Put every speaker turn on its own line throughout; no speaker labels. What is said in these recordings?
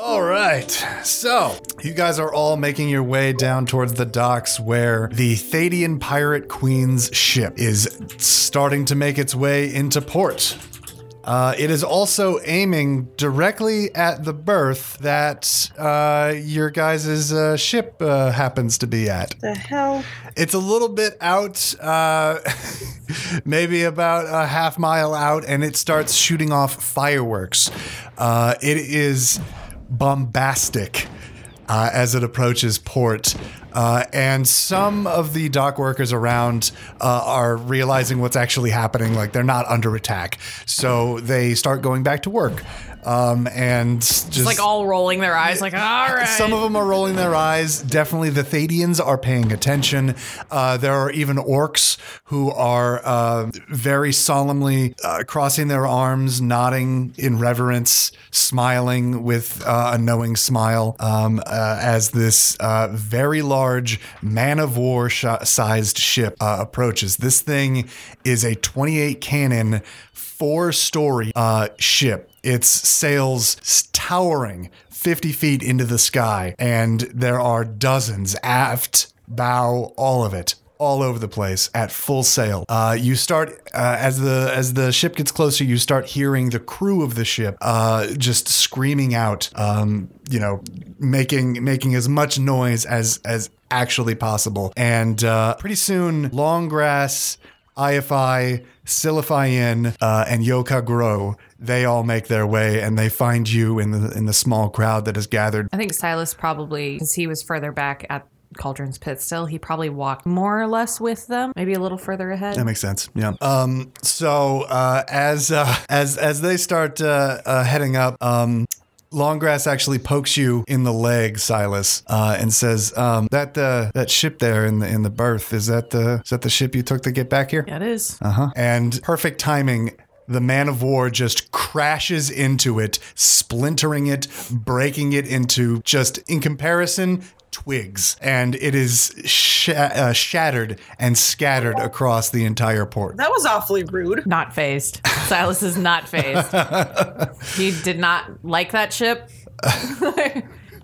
right. So, you guys are all making your way down towards the docks where the Thadian Pirate Queen's ship is starting to make its way into port. Uh, it is also aiming directly at the berth that uh, your guys' uh, ship uh, happens to be at.
The hell?
It's a little bit out, uh, maybe about a half mile out, and it starts shooting off fireworks. Uh, it is bombastic uh, as it approaches port. Uh, and some of the dock workers around uh, are realizing what's actually happening. Like they're not under attack. So they start going back to work. Um, and just
It's like all rolling their eyes, like, all right.
some of them are rolling their eyes. Definitely, the Thadians are paying attention. Uh, there are even orcs who are uh, very solemnly uh, crossing their arms, nodding in reverence, smiling with uh, a knowing smile um, uh, as this uh, very large man of war sh- sized ship uh, approaches. This thing is a 28 cannon, four story uh, ship its sails s- towering 50 feet into the sky, and there are dozens aft, bow, all of it. All over the place at full sail. Uh, you start uh, as the as the ship gets closer. You start hearing the crew of the ship uh, just screaming out, um, you know, making making as much noise as as actually possible. And uh, pretty soon, Longgrass, IFI, Silifyin, uh, and Yoka Grow, they all make their way and they find you in the in the small crowd that is gathered.
I think Silas probably, since he was further back at Cauldron's Pit still, he probably walked more or less with them, maybe a little further ahead.
That makes sense. Yeah. Um, so uh, as uh, as as they start uh, uh, heading up, um, Longgrass actually pokes you in the leg, Silas, uh, and says um, that the that ship there in the in the berth is that the is that the ship you took to get back here?
yeah, it is.
Uh. And perfect timing, the man of war just crashes into it, splintering it, breaking it into just, in comparison, twigs. And it is sha- uh, shattered and scattered across the entire port.
That was awfully rude.
not phased. Silas is not phased. he did not like that ship.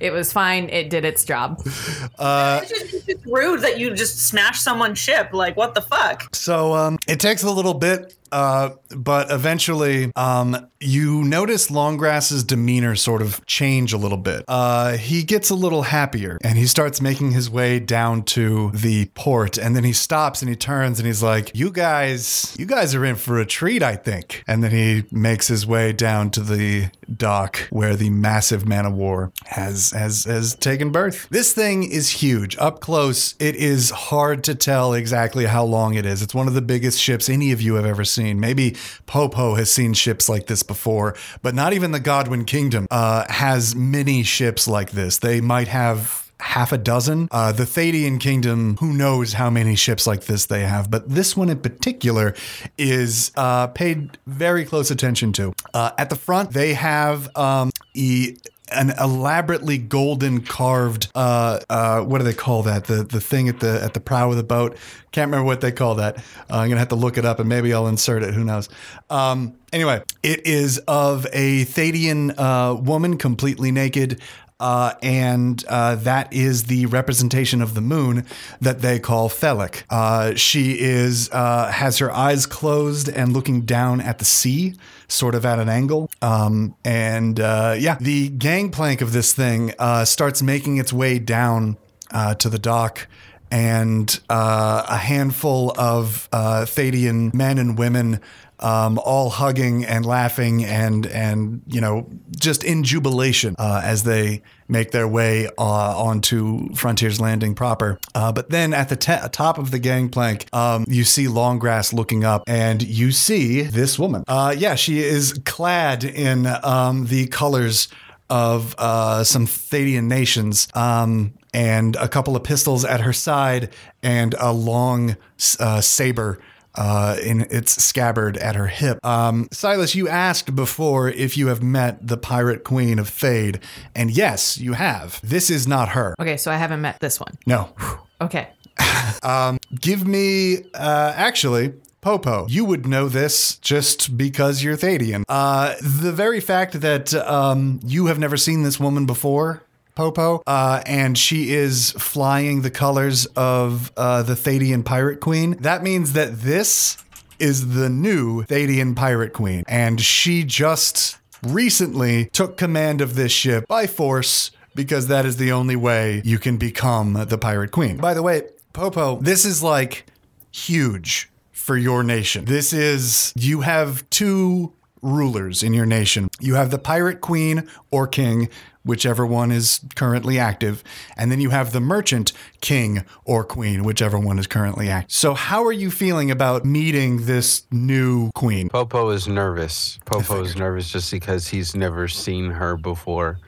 it was fine. It did its job.
It's just it's just rude that you just smash someone's ship. Like, what the fuck?
So um, it takes a little bit, uh, but eventually um, you notice Longgrass's demeanor sort of change a little bit. Uh, he gets a little happier and he starts making his way down to the port, and then he stops and he turns and he's like, "You guys, you guys are in for a treat, I think." And then he makes his way down to the dock where the massive man of war has has has taken birth. This thing is huge. Up close, it is hard to tell exactly how long it is. It's one of the biggest ships any of you have ever seen. Maybe Popo has seen ships like this before, but not even the Godwin Kingdom uh, has many ships like this. They might have. Half a dozen. Uh, the Thadian Kingdom, who knows how many ships like this they have, but this one in particular is uh, paid very close attention to. Uh, at the front, they have um, e- an elaborately golden carved uh, uh, what do they call that the the thing at the at the prow of the boat can't remember what they call that uh, i'm gonna have to look it up and maybe i'll insert it who knows um, anyway it is of a thadian uh, woman completely naked uh, and uh, that is the representation of the moon that they call Felic. Uh, she is uh, has her eyes closed and looking down at the sea, sort of at an angle. Um, and uh, yeah, the gangplank of this thing uh, starts making its way down uh, to the dock. And uh, a handful of uh, Thadian men and women um, all hugging and laughing and and you know just in jubilation uh, as they make their way uh, onto Frontier's Landing proper. Uh, but then at the te- top of the gangplank, um, you see Longgrass looking up, and you see this woman. Uh, yeah, she is clad in um, the colors of uh, some Thadian nations. Um, and a couple of pistols at her side, and a long uh, saber uh, in its scabbard at her hip. Um, Silas, you asked before if you have met the pirate queen of Fade, and yes, you have. This is not her.
Okay, so I haven't met this one.
No.
Okay.
Give me, uh, actually. Popo, you would know this just because you're Thadian. Uh, the very fact that um, you have never seen this woman before Popo, uh, and she is flying the colors of uh, the Thadian Pirate Queen. That means that this is the new Thadian Pirate Queen, and she just recently took command of this ship by force because that is the only way you can become the Pirate Queen. By the way, Popo, this is like huge for your nation. This is, you have two rulers in your nation. You have the pirate queen or king, whichever one is currently active, and then you have the merchant king or queen, whichever one is currently active. So, how are you feeling about meeting this new queen?
Popo is nervous. Popo is nervous just because he's never seen her before,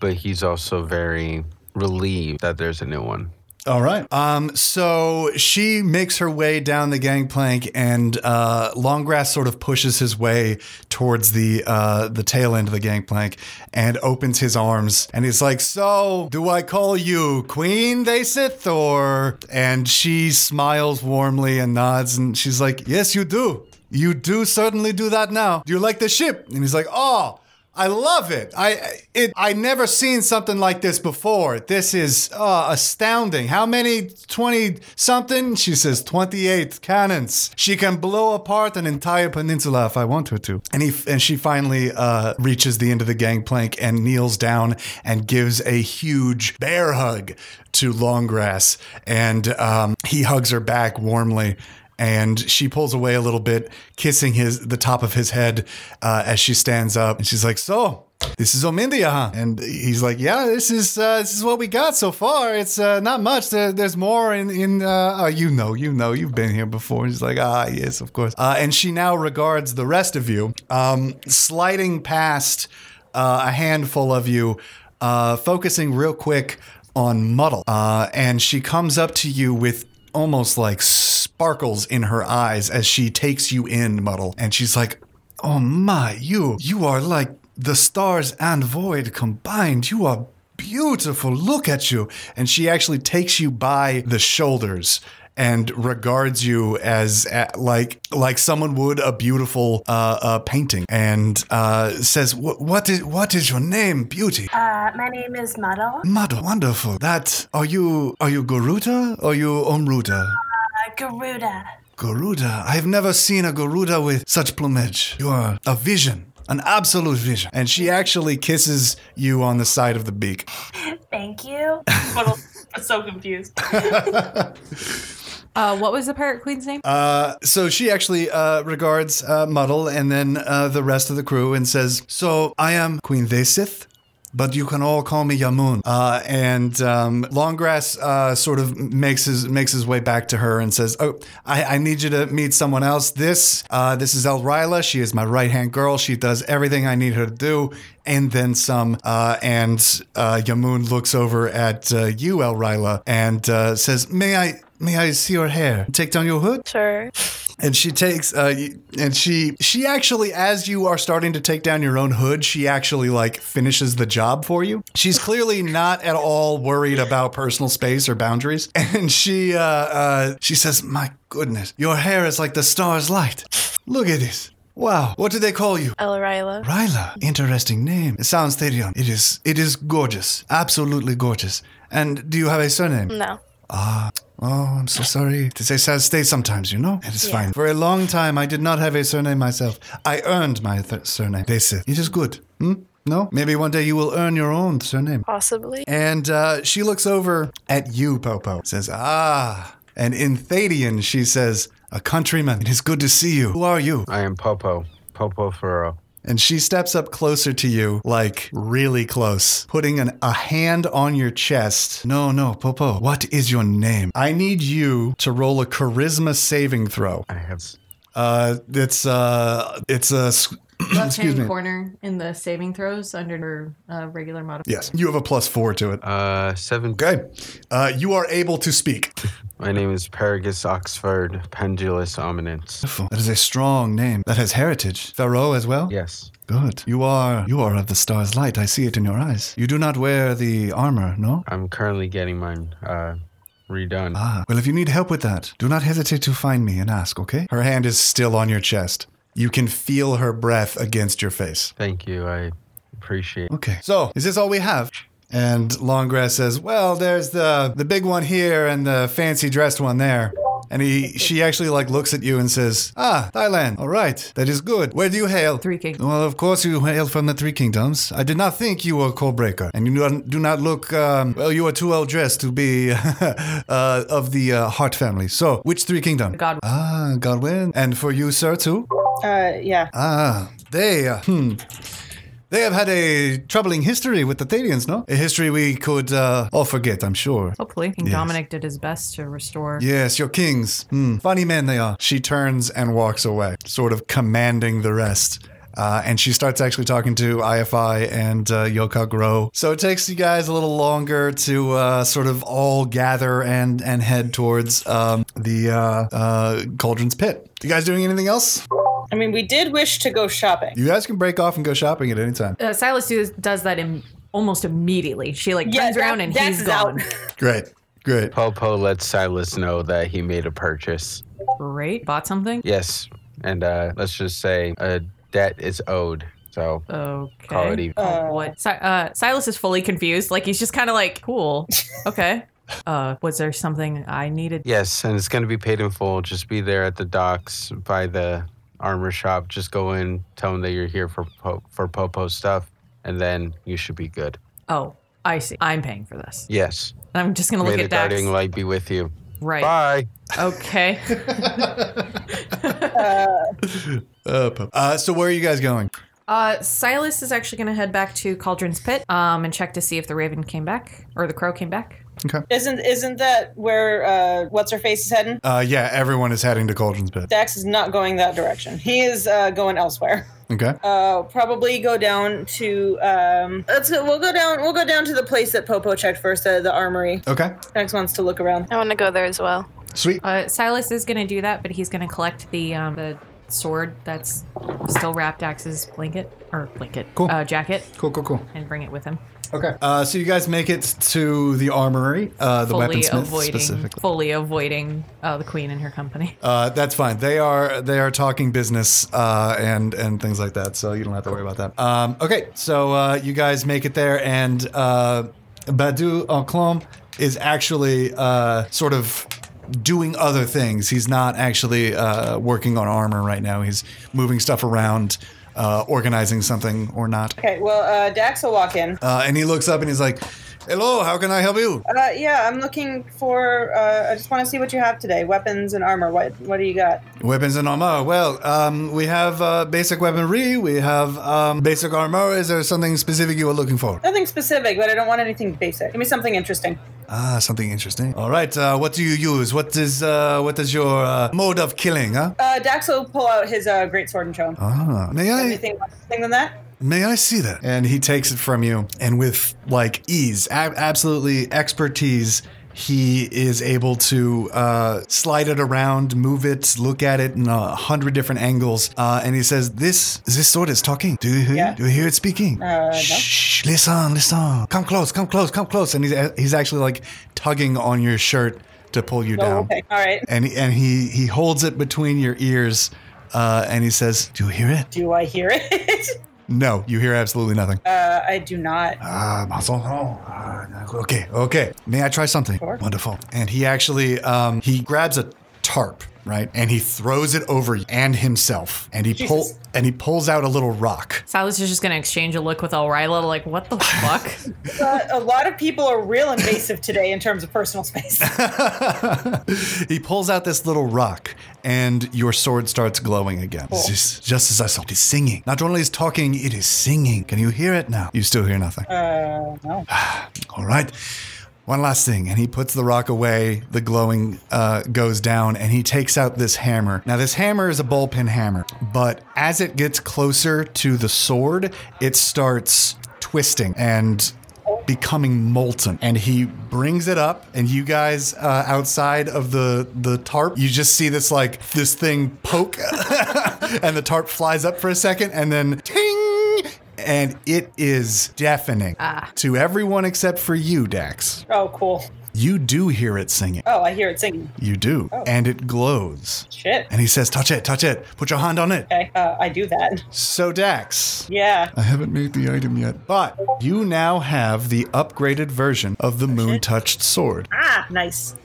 but he's also very relieved that there's a new one.
All right. Um, so she makes her way down the gangplank, and uh, Longgrass sort of pushes his way towards the uh, the tail end of the gangplank and opens his arms, and he's like, "So, do I call you Queen They Sith, or?" And she smiles warmly and nods, and she's like, "Yes, you do. You do certainly do that now. Do you like the ship?" And he's like, "Oh." I love it. I it I never seen something like this before. This is uh, astounding. How many twenty something? She says twenty eight cannons. She can blow apart an entire peninsula if I want her to. And he and she finally uh, reaches the end of the gangplank and kneels down and gives a huge bear hug to Longgrass, and um, he hugs her back warmly and she pulls away a little bit, kissing his the top of his head uh, as she stands up, and she's like, "So." This is Omindia, huh? And he's like, "Yeah, this is uh, this is what we got so far. It's uh, not much. There, there's more in in uh, oh, you know, you know, you've been here before." And he's like, "Ah, yes, of course." Uh, and she now regards the rest of you, um, sliding past uh, a handful of you, uh, focusing real quick on Muddle. Uh, and she comes up to you with almost like sparkles in her eyes as she takes you in, Muddle. And she's like, Oh my, you, you are like the stars and void combined. You are beautiful. Look at you. And she actually takes you by the shoulders. And regards you as a- like like someone would a beautiful uh, uh, painting, and uh, says, "Wh- "What is what is your name, beauty?"
Uh, my name is Muddle.
Mother, wonderful. That are you are you Garuda or you Omruta?
Uh, Garuda.
Garuda. I've never seen a Garuda with such plumage. You are a vision, an absolute vision. And she actually kisses you on the side of the beak.
Thank you.
Muddle- I'm so confused.
Uh, what was the pirate queen's name?
Uh, so she actually uh, regards uh, Muddle and then uh, the rest of the crew and says, "So I am Queen Vasith." But you can all call me Yamun. Uh, and um, Longgrass uh, sort of makes his makes his way back to her and says, "Oh, I, I need you to meet someone else. This uh, this is El Ryla. She is my right hand girl. She does everything I need her to do, and then some." Uh, and uh, Yamun looks over at uh, you, El Ryla, and uh, says, "May I may I see your hair? Take down your hood."
Sure.
and she takes uh y- and she she actually as you are starting to take down your own hood she actually like finishes the job for you she's clearly not at all worried about personal space or boundaries and she uh, uh she says my goodness your hair is like the star's light look at this wow what do they call you
El Ryla.
Ryla, interesting name. It sounds Therion. It is. It is gorgeous. Absolutely gorgeous. And do you have a surname?
No.
Oh, I'm so sorry. They say sad state sometimes, you know? It is fine. For a long time, I did not have a surname myself. I earned my th- surname. They said, it is good. Hmm? No? Maybe one day you will earn your own surname.
Possibly.
And uh, she looks over at you, Popo. Says, ah. And in Thadian, she says, a countryman. It is good to see you. Who are you?
I am Popo. Popo Furrow.
And she steps up closer to you, like really close, putting an, a hand on your chest. No, no, Popo, what is your name? I need you to roll a charisma saving throw.
I have
Uh, it's uh, it's a. s- excuse me.
corner in the saving throws under uh, regular modifier.
Yes, you have a plus four to it.
uh seven.
Okay, uh, you are able to speak.
My name is Paragus Oxford Pendulus Ominence.
That is a strong name. That has heritage. Pharaoh as well.
Yes.
Good. You are you are of the star's light. I see it in your eyes. You do not wear the armor, no?
I'm currently getting mine uh redone.
Ah, well, if you need help with that, do not hesitate to find me and ask, okay? Her hand is still on your chest. You can feel her breath against your face.
Thank you. I appreciate
Okay. So, is this all we have? And Longgrass says, "Well, there's the the big one here and the fancy dressed one there." And he, she actually like looks at you and says, "Ah, Thailand. All right, that is good. Where do you hail?"
Three Kingdoms.
Well, of course you hail from the Three Kingdoms. I did not think you were a code breaker, and you do not- do not look um, well. You are too well dressed to be uh, of the uh, Hart family. So, which Three Kingdom?
God.
Ah, Godwin. And for you, sir, too.
Uh, yeah.
Ah, they, uh, hmm. They have had a troubling history with the Thadians, no? A history we could uh, all forget, I'm sure.
Hopefully, King
Yes.
Dominic did his best to restore.
Yes, your kings. Hmm. Funny men they are. She turns and walks away, sort of commanding the rest. Uh, and she starts actually talking to IFI and uh, Yoka Grow. So it takes you guys a little longer to uh, sort of all gather and and head towards um, the uh, uh, Cauldron's Pit. You guys doing anything else?
I mean, we did wish to go shopping.
You guys can break off and go shopping at any time.
Uh, Silas do- does that Im- almost immediately. She like
Yeah,
turns
that-
around and
that
he's
is out.
gone.
Great, great.
Popo lets Silas know that he made a purchase.
Great, bought something.
Yes, and uh, let's just say a debt is owed. So call it
Okay.
even.
What? Si- uh, Silas is fully confused. Like he's just kind of like, cool. Okay. Uh, was there something I needed?
yes, and it's going to be paid in full. Just be there at the docks by the armor shop. Just go in, tell them that you're here for po- for Popo stuff, and then you should be good.
Oh, I see. I'm paying for this.
Yes.
And I'm just gonna
May
look
the
at Dax.
guiding light be with you.
Right.
Bye.
Okay.
Uh, so where are you guys going?
Uh, Silas is actually gonna head back to Cauldron's Pit um, and check to see if the Raven came back or the Crow came back.
Isn't isn't that where uh, what's her face is heading?
Uh, yeah, everyone is heading to Cauldron's Pit.
Dax is not going that direction. He is uh, going elsewhere.
Okay.
Uh, probably go down to um, let's go. We'll go down. We'll go down to the place that Popo checked first, uh, the armory.
Okay.
Dax wants to look around.
I want to go there as well.
Sweet.
Uh, Silas is gonna do that, but he's gonna collect the um, the sword that's still wrapped Dax's blanket or blanket
Cool.
uh, jacket
Cool, cool, cool.
and bring it with him.
Okay. Uh, so you guys make it to the armory, uh, the
fully
weaponsmith
avoiding,
specifically.
fully avoiding uh, the queen and her company.
Uh, that's fine. They are they are talking business uh, and and things like that, so you don't have to worry about that. Um, okay, so uh, you guys make it there, and uh, Badu Enclom is actually uh, sort of doing other things. He's not actually uh, working on armor right now. He's moving stuff around, uh, organizing something or not.
Okay. Well, uh, Dax will walk in.
Uh, and he looks up and he's like, "Hello, how can I help you?"
Uh, yeah, I'm looking for. Uh, I just want to see what you have today. Weapons and armor. What What do you got?
Weapons and armor. Well, um, we have uh, basic weaponry. We have um, basic armor. Is there something specific you are looking for?
Nothing specific, but I don't want anything basic. Give me something interesting.
Ah, something interesting. All right. Uh, what do you use? What is uh, what is your uh, mode of killing? Huh?
Uh, Dax will pull out his uh, great sword and show him.
Ah, may I
Anything more interesting than that?
may I see that? And he takes it from you, and with like ease, ab- absolutely expertise. He is able to uh, slide it around, move it, look at it in a hundred different angles, uh, and he says, "This this sword is talking. Do you hear?
Yeah.
Do you hear it speaking?"
Uh, no.
Shh, listen, listen. Come close, come close, come close. And he's, he's actually like tugging on your shirt to pull you
Oh,
down.
okay. All right.
And, he- and he, he holds it between your ears uh, and he says, Do you hear it?
Do I hear it?
No, you hear absolutely nothing.
uh, I do not.
Ah, Mason. Oh, ah, okay, okay. May I try something?
Sure.
Wonderful. And he actually um, he grabs a tarp, right? And he throws it over you and himself. And he pull
Jesus.
and he pulls out a little rock.
Silas is just gonna exchange a look with Elrila, like, what the fuck?
Uh, a lot of people are real invasive today in terms of personal space.
he pulls out this little rock, and your sword starts glowing again. Just, just as I thought, it's singing. Not only is talking, it is singing. Can you hear it now? You still hear nothing.
Uh, no.
All right. One last thing, and he puts the rock away. The glowing uh, goes down, and he takes out this hammer. Now, this hammer is a bullpen hammer, but as it gets closer to the sword, it starts twisting and becoming molten. And he brings it up, and you guys uh, outside of the the tarp, you just see this like this thing poke, and the tarp flies up for a second, and then ting, and it is deafening to everyone except for you, Dax.
Oh, cool.
You do hear it singing.
Oh, I hear it singing.
You do.
Oh.
And it glows.
Shit.
And he says, Touch it, touch it, put your hand on it.
Okay, uh, I do that.
So, Dax,
Yeah.
I haven't made the item yet, but you now have the upgraded version of the moon touched sword.
Ah, nice.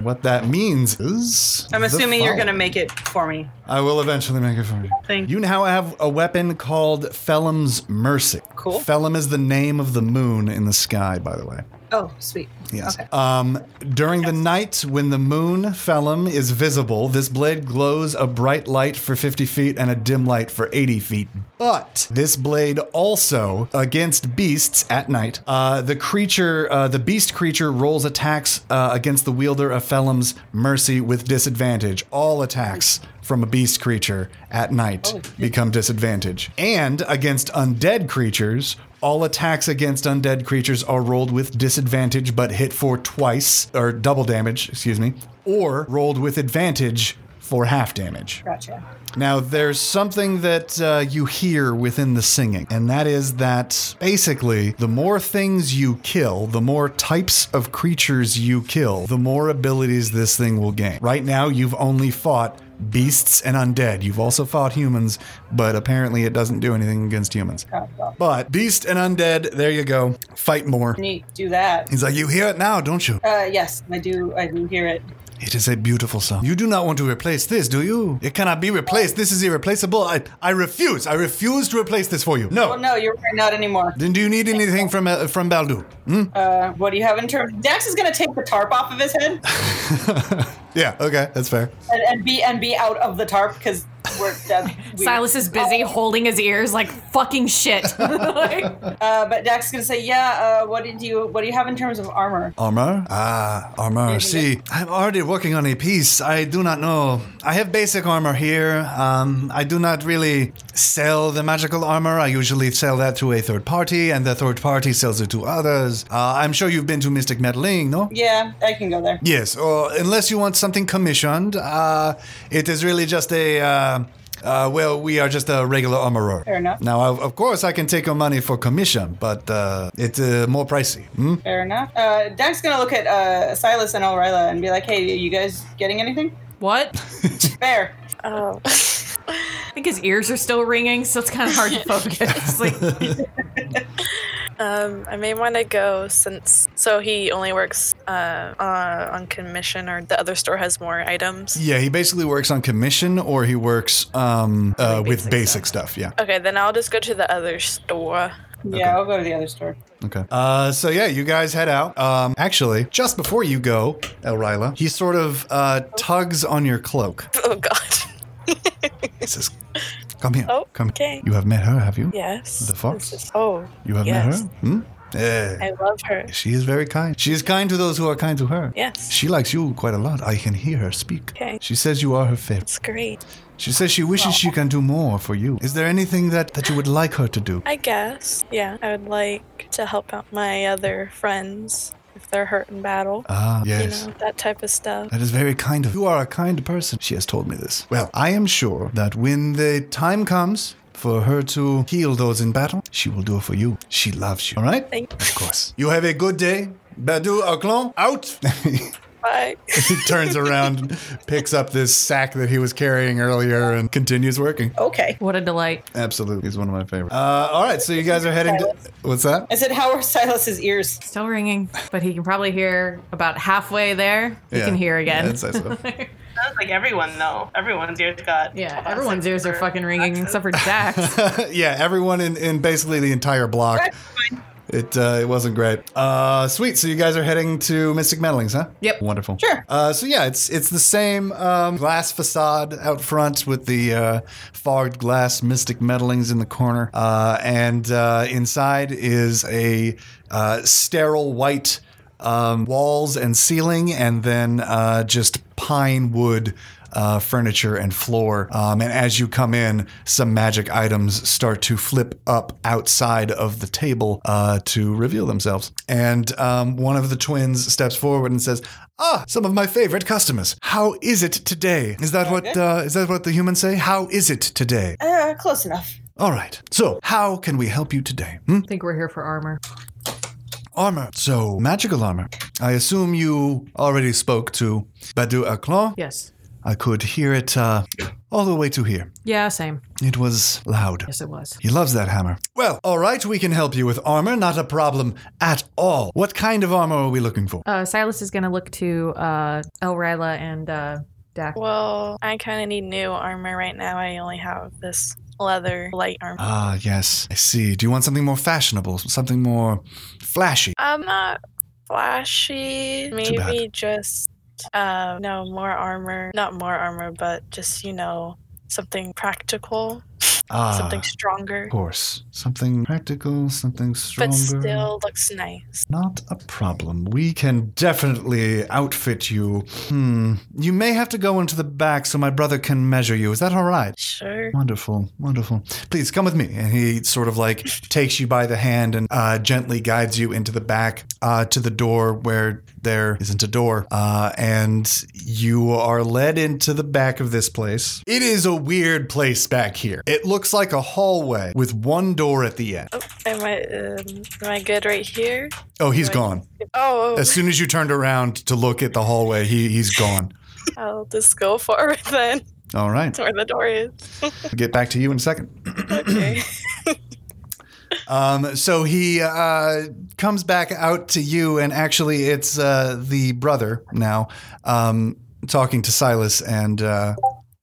What that means is.
I'm
the
assuming you're
following.
gonna make it for me.
I will eventually make it for you.
Thank-
You now have a weapon called Phelim's Mercy.
Cool.
Phelim is the name of the moon in the sky, by the way.
Oh, sweet.
Yes.
Okay.
Um, during the night, when the moon phelim is visible, this blade glows a bright light for 50 feet and a dim light for 80 feet. But this blade also against beasts at night. Uh, the creature, uh, the beast creature, rolls attacks uh, against the wielder of phelim's mercy with disadvantage. All attacks from a beast creature at night become disadvantage, and against undead creatures. All attacks against undead creatures are rolled with disadvantage but hit for twice, or double damage, excuse me, or rolled with advantage for half damage.
Gotcha.
Now, there's something that uh, you hear within the singing, and that is that basically, the more things you kill, the more types of creatures you kill, the more abilities this thing will gain. Right now, you've only fought beasts and undead. You've also fought humans, but apparently it doesn't do anything against humans.
Oh.
But beast and undead, there you go. Fight more.
Neat. Do that.
He's like, You hear it now, don't you?
Uh, yes, I do. I do hear it.
It is a beautiful song. You do not want to replace this, do you? It cannot be replaced. This is irreplaceable. I, I refuse. I refuse to replace this for you.
Well,
No.
Oh, no, you're right, not anymore.
Then do you need anything from uh, from Baldu? Hmm?
Uh, what do you have in terms? Dax is gonna take the tarp off of his head
Yeah. Okay. That's fair.
and, and be and be out of the tarp because we're that's weird.
Silas is busy holding his ears like fucking shit. Like,
Uh, but Dax is gonna say, yeah. Uh, what did you What do you have in terms of armor?
Armor? Ah, armor. See, I'm already working on a piece. I do not know. I have basic armor here. Um, I do not really sell the magical armor. I usually sell that to a third party, and the third party sells it to others. Uh, I'm sure you've been to Mystic Meddling, no?
Yeah, I can go there.
Yes, or unless you want something commissioned, uh, it is really just a. Uh, uh, well, we are just a regular armorer.
Fair enough.
Now, of of course, I can take your money for commission, but uh, it's uh, more pricey. Hmm?
Fair enough. Uh, Dax is gonna look at uh, Silas and Orilla and be like, hey, you guys getting anything?
what?
Fair.
Oh.
I think his ears are still ringing, so it's kind of hard to focus. Like,
um, I may want to go since so he only works uh, uh, on commission, or the other store has more items.
Yeah, he basically works on commission or he works um, uh,
Like
with
basic
basic stuff. Yeah.
Okay, then I'll just go to the other store.
Yeah, I'll go to the other store.
Okay. Uh, so yeah, you guys head out. Um, actually, just before you go, Elrila, he sort of uh, tugs on your cloak.
Oh God.
He says, "Come here.
Oh,
Come.
okay.
You have met her, have you?
Yes.
The fox?
This is- oh,
You have
Yes.
met her. Hmm? Eh.
I love her.
She is very kind. She is kind to those who are kind to her.
Yes.
She likes you quite a lot. I can hear her speak.
Okay.
She says you are her favorite.
It's great.
She says she wishes she can do more for you. Is there anything that, that you would like her to do?
I guess. Yeah, I would like to help out my other friends if they're hurt in battle.
Ah,
you
yes. Uh,
know, that type of stuff.
That is very kind of you. are a kind person. She has told me this. Well, I am sure that when the time comes for her to heal those in battle, she will do it for you. She loves you. All right?
Thank
Of course. You have a good day. Badu Arclon, out!
Bye.
he turns around, and picks up this sack that he was carrying earlier, and continues working.
Okay.
what a delight.
Absolutely, he's one of my favorites. Uh, all right, so you guys are heading. To, what's that?
I said, how are Silas's ears?
Still ringing, but he can probably hear about halfway there. He
Yeah.
can hear again.
Yeah, I'd say so.
Sounds like everyone though. Everyone's ears got.
Yeah,
classic
everyone's ears are
for-
fucking ringing except for Dax.
yeah, everyone in, in basically the entire block. It uh, it wasn't great. Uh, sweet. So you guys are heading to Mystic Meddlings, huh?
Yep.
Wonderful.
Sure.
Uh, so yeah, it's it's the same um, glass facade out front with the uh, fogged glass Mystic Meddlings in the corner, uh, and uh, inside is a uh, sterile white um, walls and ceiling, and then uh, just pine wood uh, furniture and floor. Um, and as you come in, some magic items start to flip up outside of the table uh, to reveal themselves. And um, one of the twins steps forward and says, "Ah, some of my favorite customers. How is it today? Is that what uh, is that what the humans say? How is it today?
Uh, close enough.
All right. So, how can we help you today? Hmm?
I think we're here for armor.
Armor. So magical armor. I assume you already spoke to Badu Aklan.
Yes.
I could hear it uh, all the way to here.
Yeah, same.
It was loud.
Yes, it was.
He loves that hammer. Well, all right, we can help you with armor. Not a problem at all. What kind of armor are we looking for?
Uh, Silas is going to look to uh, El Ryla and uh, Dak.
Well, I kind of need new armor right now. I only have this leather light armor.
Ah, yes, I see. Do you want something more fashionable, something more flashy?
I'm not flashy.
bad.
Maybe just um, no more armor. Not more armor, but just you know something practical,
Ah,
something stronger,
of course, something practical, something stronger.
but still looks nice.
Not a problem. We can definitely outfit you. Hmm. You may have to go into the back so my brother can measure you. Is that all right?
Sure.
Wonderful, wonderful. Please come with me. And he sort of like takes you by the hand and uh, gently guides you into the back uh, to the door where there isn't a door. Uh, and you are led into the back of this place. It is a weird place back here. It looks like a hallway with one door at the end.
Am I um, am I good right here?
Oh, he's gone.
Oh,
As soon as you turned around to look at the hallway, he, he's gone.
I'll just go forward then,
All right.
to where the door is.
We'll get back to you in a second.
Okay.
Um, so he uh, comes back out to you, and actually, it's uh, the brother now um, talking to Silas and uh,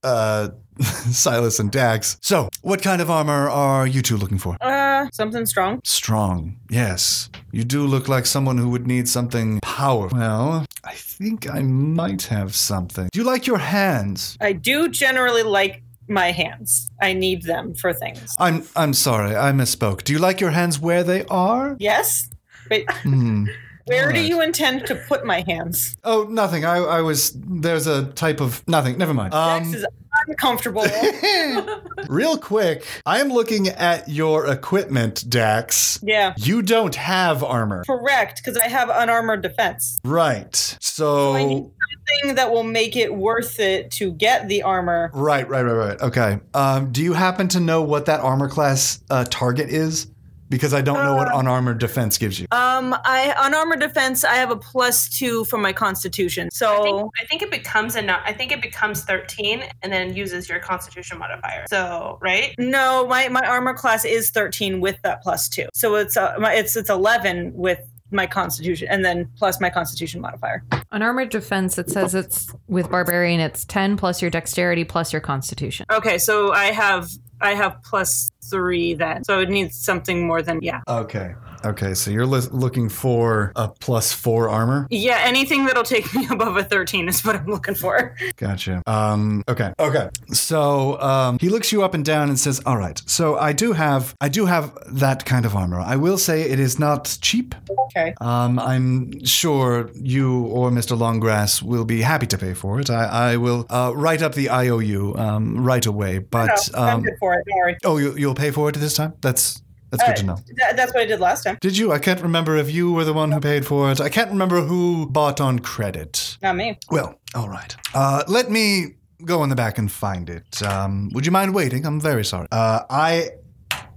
uh, Silas and Dax. So, what kind of armor are you two looking for?
Uh, something strong.
Strong. Yes, you do look like someone who would need something powerful. Well, I think I might have something. Do you like your hands?
I do generally like my hands. I need them for things.
I'm I'm sorry, I misspoke. Do you like your hands where they are?
Yes. Wait,
Hmm.
where do
Alright.
you intend to put my hands?
Oh, nothing. I, I was. There's a type of nothing. Never mind.
This
Um,
is uncomfortable.
real quick, I am looking at your equipment, Dax.
yeah.
You don't have armor,
Correct, because I have unarmored defense.
right?
I need
So,
something that will make it worth it to get the armor.
right, right, right, right. Okay. Um, do you happen to know what that armor class uh, target is? Because I don't know
Uh.
what unarmored defense gives you.
Um, I unarmored defense. I have a plus two from my constitution,
I
so
think, I think it becomes a no- I think it becomes 13 and then uses your constitution modifier. So, right?
no, my my armor class is thirteen with that plus two, so it's uh, my, it's it's eleven with my constitution, and then plus my constitution modifier.
Unarmored defense, it says it's with barbarian, it's 10 plus your dexterity plus your constitution.
Okay, so I have I have plus three then, so it needs something more than yeah.
Okay. Okay. So you're lis- looking for a plus four armor.
Yeah, anything that'll take me above a 13 is what I'm looking for.
Gotcha. Um, okay. Okay. So um, he looks you up and down and says, "All right. So I do have, I do have that kind of armor. I will say it is not cheap.
Okay.
Um, I'm sure you or Mr. Longgrass will be happy to pay for it. I, I will uh, write up the IOU um, right away. But
I'm
um,
good for it. Don't worry.
oh, you, you'll pay for it this time. That's that's good to know.
That, that's what I did last time.
Did you? I can't remember if you were the one who paid for it. I can't remember who bought on credit.
Not me.
Well, all right. Uh, let me go in the back and find it. Um, would you mind waiting? I'm very sorry. Uh, I,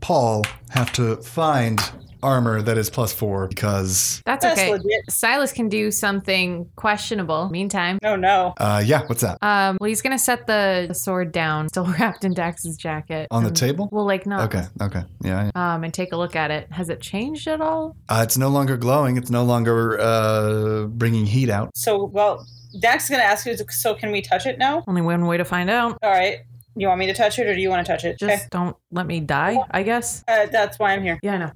Paul, have to find armor that is plus four because.
That's
That's
okay.
legit.
Silas can do something questionable. Meantime,
Oh no.
Uh, yeah, what's that?
um, well, he's going to set the the sword down, still wrapped in Dax's jacket.
On the
Um,
table?
Well, like, not.
Okay, okay. Yeah. yeah.
Um, and take a look at it. Has it changed at all?
Uh, it's no longer glowing. It's no longer uh, bringing heat out.
So, well, Dax is going to ask you, so can we touch it now?
Only one way to find out.
All right. You want me to touch it or do you want to touch it?
Just don't let me die, I guess.
Okay. Uh, that's why I'm here.
Yeah, I know.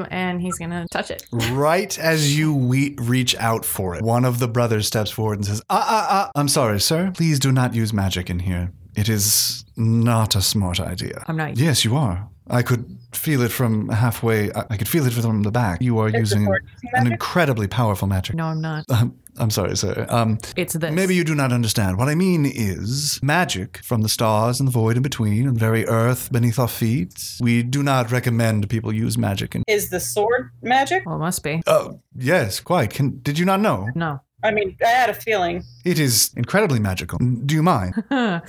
Um, and he's gonna touch it.
Right as you we- reach out for it, one of the brothers steps forward and says, Ah, ah, ah. I'm sorry, sir. Please do not use magic in here. It is not a smart idea.
I'm not.
Yes, you are. I could feel it from halfway. I, I could feel it from the back. You are using
sword
an incredibly powerful magic.
No, I'm not.
Um, I'm sorry, sir. Um,
It's this.
maybe you do not understand. What I mean is magic from the stars and the void in between and the very earth beneath our feet. We do not recommend people use magic. In-
Is the sword magic?
Well, it must be.
oh, yes, quite. Can, did you not know?
No.
I mean, I had a feeling.
It is incredibly magical. Do you mind?
uh,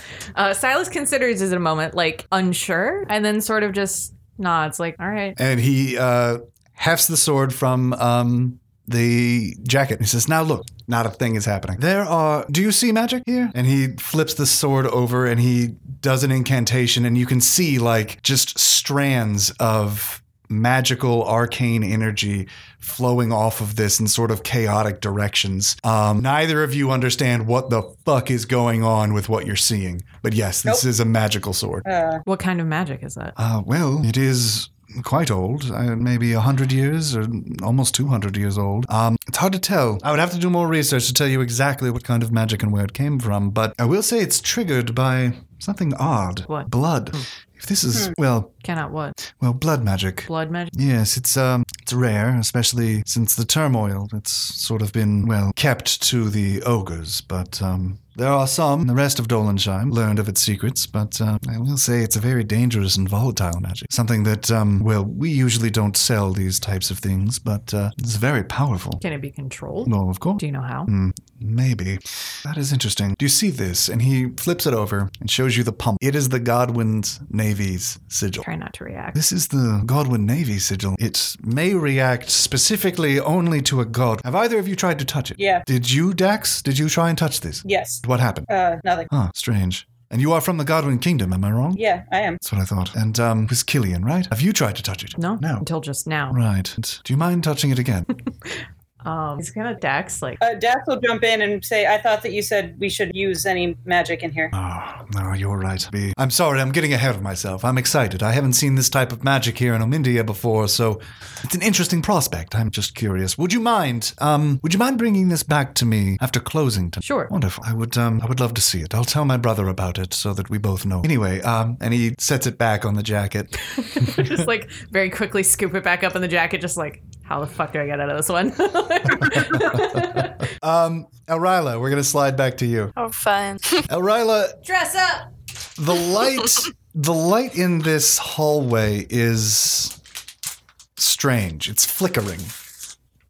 Silas considers it a moment, like unsure, and then sort of just nods, like, "All right."
and he uh, hefts the sword from um, the jacket. He says, Now look, not a thing is happening. There are, do you see magic here? And he flips the sword over and he does an incantation, and you can see like just strands of magical arcane energy flowing off of this in sort of chaotic directions. Um, neither of you understand what the fuck is going on with what you're seeing. But yes, this is a magical sword.
Uh,
What kind of magic is that?
Uh, well, it is quite old, uh, maybe 100 years or almost 200 years old. Um, it's hard to tell. I would have to do more research to tell you exactly what kind of magic and where it came from, but I will say it's triggered by something odd.
What?
Blood. If this is, well,
Cannot what?
well, blood magic.
Blood magic?
Yes, it's um, it's rare, especially since the turmoil. It's sort of been well kept to the ogres, but um, there are some. in The rest of Dolensheim learned of its secrets, but uh, I will say it's a very dangerous and volatile magic. Something that um, well, we usually don't sell these types of things, but uh, it's very powerful.
Can it be controlled?
Well, of course.
Do you know how?
Maybe. That is interesting. Do you see this? And he flips it over and shows you the pump. It is the Godwin's Navy's sigil.
Try not to react.
This is the Godwin Navy sigil. It may react specifically only to a god. Have either of you tried to touch it?
Yeah.
Did you, Dax? Did you try and touch this?
yes.
What happened?
Uh, nothing.
Huh, strange. And you are from the Godwin Kingdom, am I wrong?
Yeah, I am.
That's what I thought. And um, it was Killian, right? Have you tried to touch it?
No,
No.
until just now.
Right. Do you mind touching it again?
Um, he's gonna Dax like
Uh, Dax will jump in and say, "I thought that you said we should use any magic in here."
Oh, no, you're right. Be- I'm sorry, I'm getting ahead of myself. I'm excited. I haven't seen this type of magic here in Omindia before, so it's an interesting prospect. I'm just curious. Would you mind, um, would you mind bringing this back to me after closing tonight?
Sure.
Wonderful. I would, um, I would love to see it. I'll tell my brother about it so that we both know. Anyway, um, and he sets it back on the jacket.
just like very quickly scoop it back up in the jacket, just like, how the fuck do I get out of this one?
Um, Elryla, we're gonna slide back to you.
Oh, fun.
Elryla,
Dress up.
the light the light in this hallway is strange it's flickering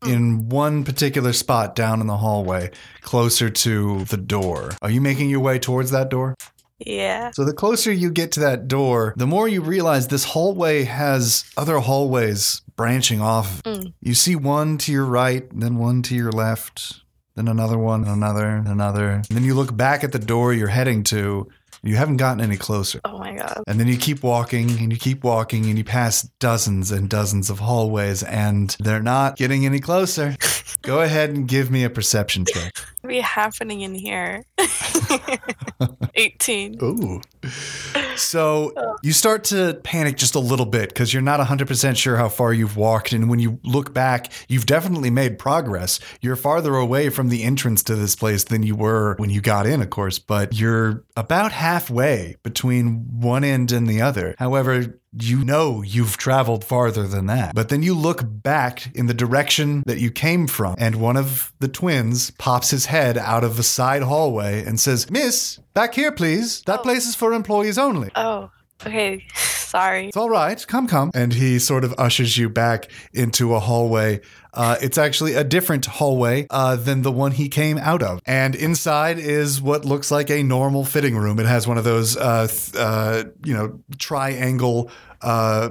in one particular spot down in the hallway closer to the door are you making your way towards that door
yeah.
so the closer you get to that door the more you realize this hallway has other hallways branching off
Mm.
you see one to your right then one to your left then another one another another and then you look back at the door you're heading to you haven't gotten any closer
Oh my god.
and then you keep walking and you keep walking and you pass dozens and dozens of hallways and they're not getting any closer. Go ahead and give me a perception check.
What be happening in here? 18.
Ooh. So you start to panic just a little bit because you're not 100% sure how far you've walked. And when you look back, you've definitely made progress. You're farther away from the entrance to this place than you were when you got in, of course, but you're about halfway between one end and the other. However, you know you've traveled farther than that. But then you look back in the direction that you came from, and one of the twins pops his head out of a side hallway and says, Miss, back here, please. That place is for employees only.
Oh, okay. Sorry.
It's all right. Come, come. And he sort of ushers you back into a hallway. Uh, it's actually a different hallway uh, than the one he came out of. And inside is what looks like a normal fitting room. It has one of those, uh, th- uh, you know, triangle. Uh,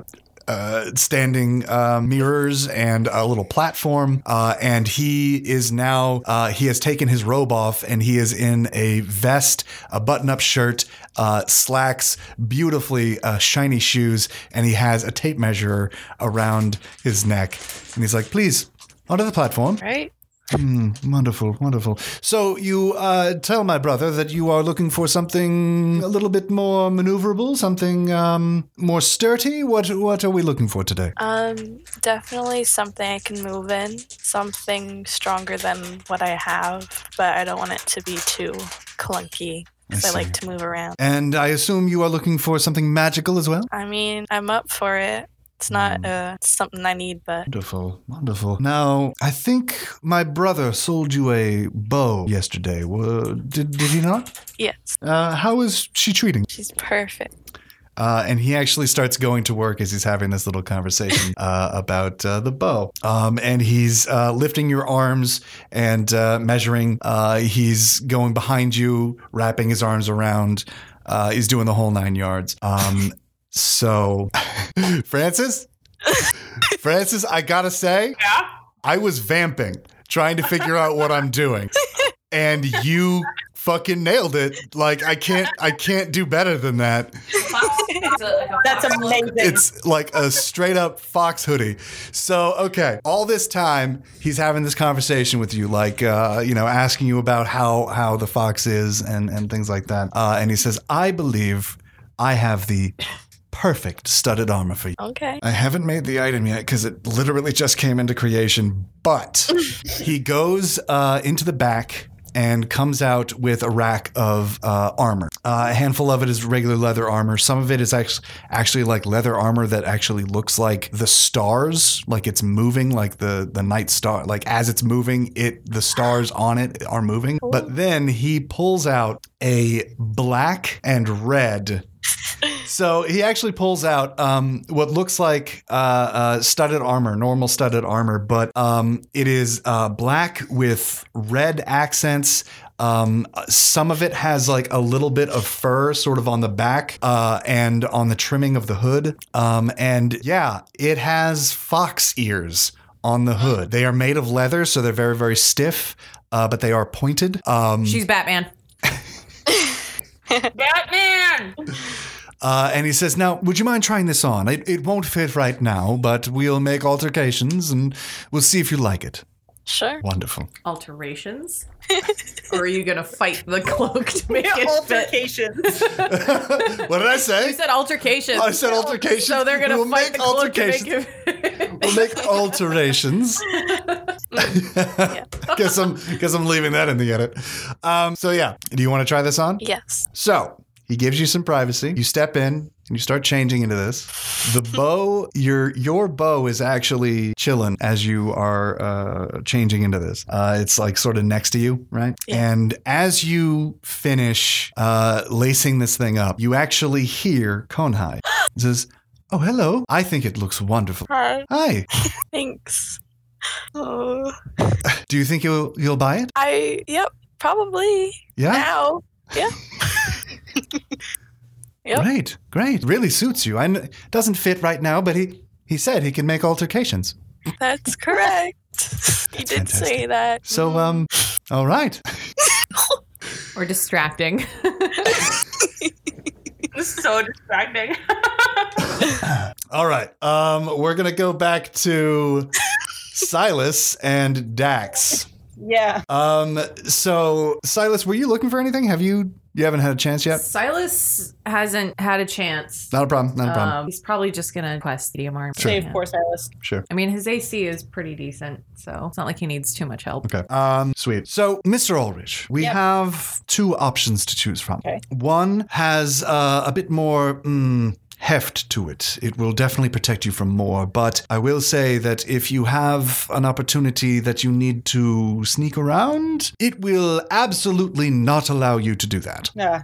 uh, standing uh, mirrors and a little platform. Uh, and he is now, uh, he has taken his robe off and he is in a vest, a button up shirt, uh, slacks, beautifully uh, shiny shoes, and he has a tape measure around his neck. And he's like, please, onto the platform.
Right?
Hmm, wonderful, wonderful. So you uh, tell my brother that you are looking for something a little bit more maneuverable, something um, more sturdy. What what are we looking for today?
Um, definitely something I can move in. Something stronger than what I have, but I don't want it to be too clunky because I,
see.
like to move around.
And I assume you are looking for something magical as well?
I mean, I'm up for it. It's
Mm.
not uh something I need, but
Wonderful, wonderful. Now, I think my brother sold you a bow yesterday. Wha- did, did he not?
yes,
Uh, how is she treating?
she's perfect.
Uh, and he actually starts going to work as he's having this little conversation uh, about uh, the bow. Um, and he's uh, lifting your arms and uh, measuring. Uh, he's going behind you, wrapping his arms around. Uh, he's doing the whole nine yards. Um, so, Francis, Francis, I gotta say,
Yeah.
I was vamping, trying to figure out what I'm doing. And you fucking nailed it. Like I can't I can't do better than that.
That's amazing.
It's like a straight up fox hoodie. So, okay, all this time he's having this conversation with you, like, uh, you know, asking you about how, how the fox is and, and things like that. Uh, and he says, I believe I have the perfect studded armor for you.
Okay.
I haven't made the item yet because it literally just came into creation. But he goes uh, into the back and comes out with a rack of uh, armor. Uh, a handful of it is regular leather armor. Some of it is actually, actually like leather armor that actually looks like the stars, like it's moving, like the the night star. Like as it's moving, it the stars on it are moving. But then he pulls out a black and red so he actually pulls out um, what looks like uh, uh, studded armor, normal studded armor, but um, it is uh, black with red accents. Um, some of it has like a little bit of fur sort of on the back uh, and on the trimming of the hood. Um, and yeah, it has fox ears on the hood. They are made of leather, so they're very, very stiff, uh, but they are pointed. Um,
She's Batman.
Batman!
Uh, and he says, Now, would you mind trying this on? It, it won't fit right now, but we'll make altercations and we'll see if you like it.
Sure.
Wonderful.
Alterations? or are you going to fight the cloak to make it fit?
Altercation.
what did I
You
say?
said altercations.
I said altercations.
so they're going to
we'll make
fight the cloak to make
altercations.
it
We'll make alterations. guess I'm guess I'm leaving that in the edit. Um, so yeah, do you want to try this on?
Yes.
So he gives you some privacy. You step in and you start changing into this. The bow, your your bow is actually chilling as you are uh, changing into this. Uh, it's like sort of next to you, right?
Yeah.
And as you finish uh, lacing this thing up, you actually hear Konhai. He says, "Oh, hello. I think it looks wonderful.
Hi.
Hi.
Thanks. Oh,
Do you think you'll you'll buy it?
I. Yep. Probably
Yeah."
now. Yeah. Yep.
Great, great. Really suits you. And it doesn't fit right now, but he he said he can make altercations.
That's correct. You did say that. Mm-hmm.
So um, all right.
or distracting.
This is so distracting.
All right. Um, we're gonna go back to Silas and Dax.
yeah.
Um, so Silas, were you looking for anything? Have you you haven't had a chance yet?
Silas hasn't had a chance.
Not a problem. Not a problem.
Um, he's probably just going to quest the DMR.
Sure.
Save poor Silas.
sure.
I mean, his AC is pretty decent, so it's not like he needs too much help.
Okay. Um, sweet. So, Mr. Ulrich, we
Yep.
have two options to choose from.
Okay.
One has uh, a bit more. mm, Heft to it. It will definitely protect you from more, but I will say that if you have an opportunity that you need to sneak around, it will absolutely not allow you to do that.
Yeah.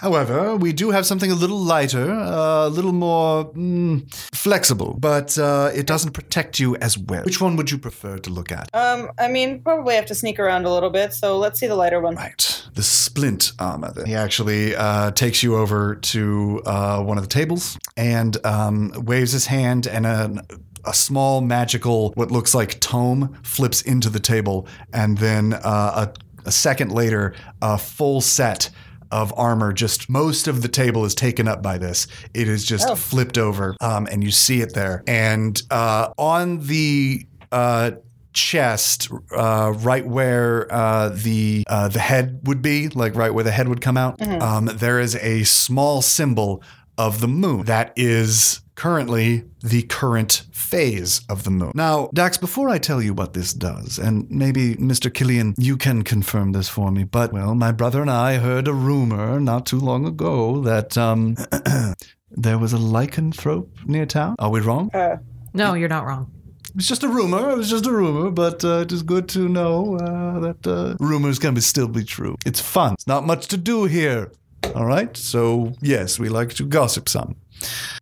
However, we do have something a little lighter, uh, a little more mm, flexible, but uh, it doesn't protect you as well. Which one would you prefer to look at?
Um, I mean, probably have to sneak around a little bit, so let's see the lighter one.
Right. The splint armor. Then. He actually uh, takes you over to uh, one of the tables and um, waves his hand, and a, a small magical, what looks like tome, flips into the table. And then uh, a, a second later, a full set of armor just most of the table is taken up by this it is just
Oh.
flipped over um, and you see it there and uh, on the uh, chest, uh, right where uh, the uh, the head would be, like right where the head would come out,
Mhm.
um, there is a small symbol of the moon that is currently the current phase of the moon. Now, Dax, before I tell you what this does, and maybe Mr. Killian, you can confirm this for me, but well, my brother and I heard a rumor not too long ago that um, there was a lycanthrope near town. Are we wrong?
Uh,
No, you're not wrong.
It's just a rumor. It was just a rumor, but uh, it is good to know uh, that uh, rumors can be still be true. It's fun. It's not much to do here. All right. So yes, we like to gossip some.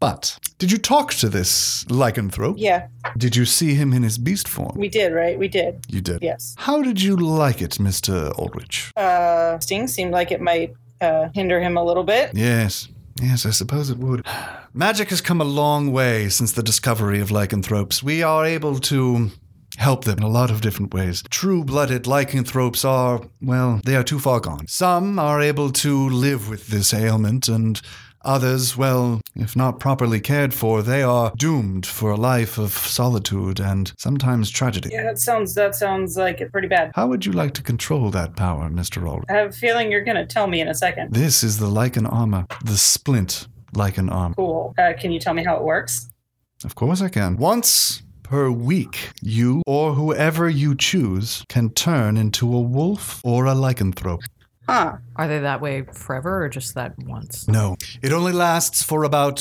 But did you talk to this lycanthrope?
yeah,
Did you see him in his beast form?
we did, right? We did.
you did.
Yes.
How did you like it, Mister Aldrich?
Uh, Sting seemed like it might uh, hinder him a little bit.
Yes. Yes, I suppose it would. Magic has come a long way since the discovery of lycanthropes. We are able to help them in a lot of different ways. True blooded lycanthropes are, well, they are too far gone. Some are able to live with this ailment, and others, well, if not properly cared for, they are doomed for a life of solitude and sometimes tragedy.
Yeah, that sounds that sounds like it pretty bad.
How would you like to control that power, Mr. Ulrich?
I have a feeling you're gonna tell me in a second.
This is the lichen armor, the splint lichen armor.
Cool. Uh, can you tell me how it works?
Of course I can. Once per week, you or whoever you choose can turn into a wolf or a lycanthrope.
Huh.
Are they that way forever or just that once?
No. It only lasts for about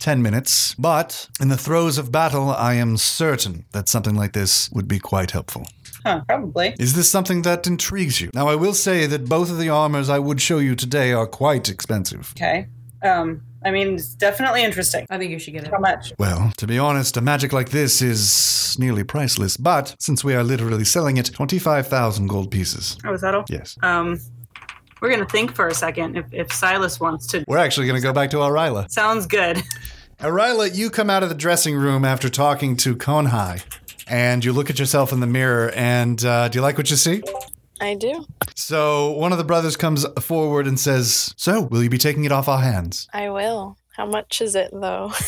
10 minutes, but in the throes of battle, I am certain that something like this would be quite helpful.
Huh. Probably.
Is this something that intrigues you? Now, I will say that both of the armors I would show you today are quite expensive.
Okay. Um. I mean, it's definitely interesting.
I think you should get it.
How much?
Well, to be honest, a magic like this is nearly priceless, but since we are literally selling it, 25,000 gold pieces.
Oh, is that all?
Yes.
Um, we're gonna think for a second if, if Silas wants to.
We're actually going to go back to Arila.
Sounds good.
Arila, you come out of the dressing room after talking to Konhai, and you look at yourself in the mirror, and uh, do you like what you see?
I do.
So one of the brothers comes forward and says, So, will you be taking it off our hands?
I will. How much is it though?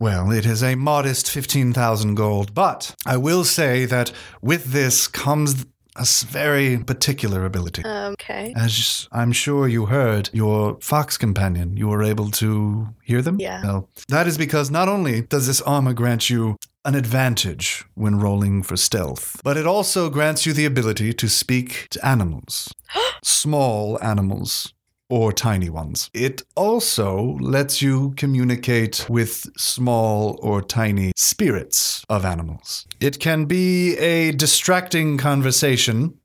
Well, it is a modest 15,000 gold, but I will say that with this comes a s- very particular ability.
um, okay.
As I'm sure you heard, your fox companion, you were able to hear them?
Yeah.
Well, that is because not only does this armor grant you an advantage when rolling for stealth, but it also grants you the ability to speak to animals, small animals. Or tiny ones. It also lets you communicate with small or tiny spirits of animals. It can be a distracting conversation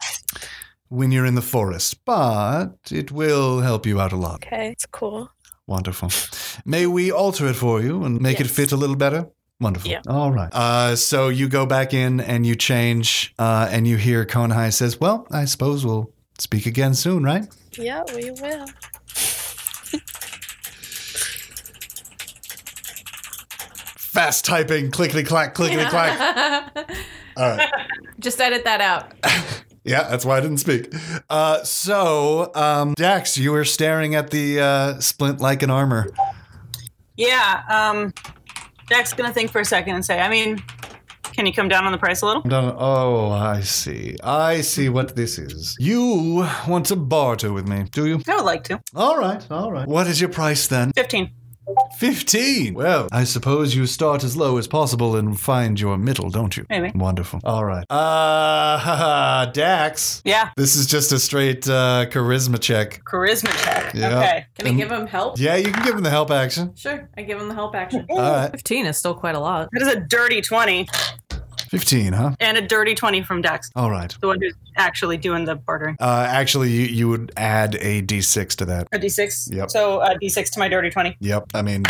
when you're in the forest, but it will help you out a lot.
Okay. It's cool.
Wonderful. May we alter it for you and make it
Yes.
fit a little better? Wonderful.
Yeah.
All right. Uh, so you go back in and you change, uh, and you hear Konhai says, Well, I suppose we'll speak again soon, right?
Yeah, we will.
Fast typing, clickety clack, clickety clack. All right.
just edit that out.
Yeah, that's why I didn't speak. Uh, so, um, Dax, you were staring at the uh, splint like an armor.
Yeah. Um, Jack's gonna think for a second and say, I mean, can you come down on the price a little?
No, oh, I see. I see what this is. You want to barter with me, do you?
I would like to.
All right, all right. What is your price then?
Fifteen.
15. Well, I suppose you start as low as possible and find your middle, don't you?
Maybe.
Wonderful. All right. Uh, haha, Dax.
Yeah.
This is just a straight uh, charisma check.
Charisma check.
Yeah.
Okay.
Can
Um,
I give him help?
Yeah, you can give him the help action.
Sure, I give him the help action.
All right.
15 is still quite a lot.
That is a dirty twenty
15, huh?
and a dirty twenty from Dax,
All right.
the one who's actually doing the bartering.
Uh, actually, you, you would add a d6 to that.
A D6.
Yep.
So a D6 to my dirty twenty.
Yep. I mean,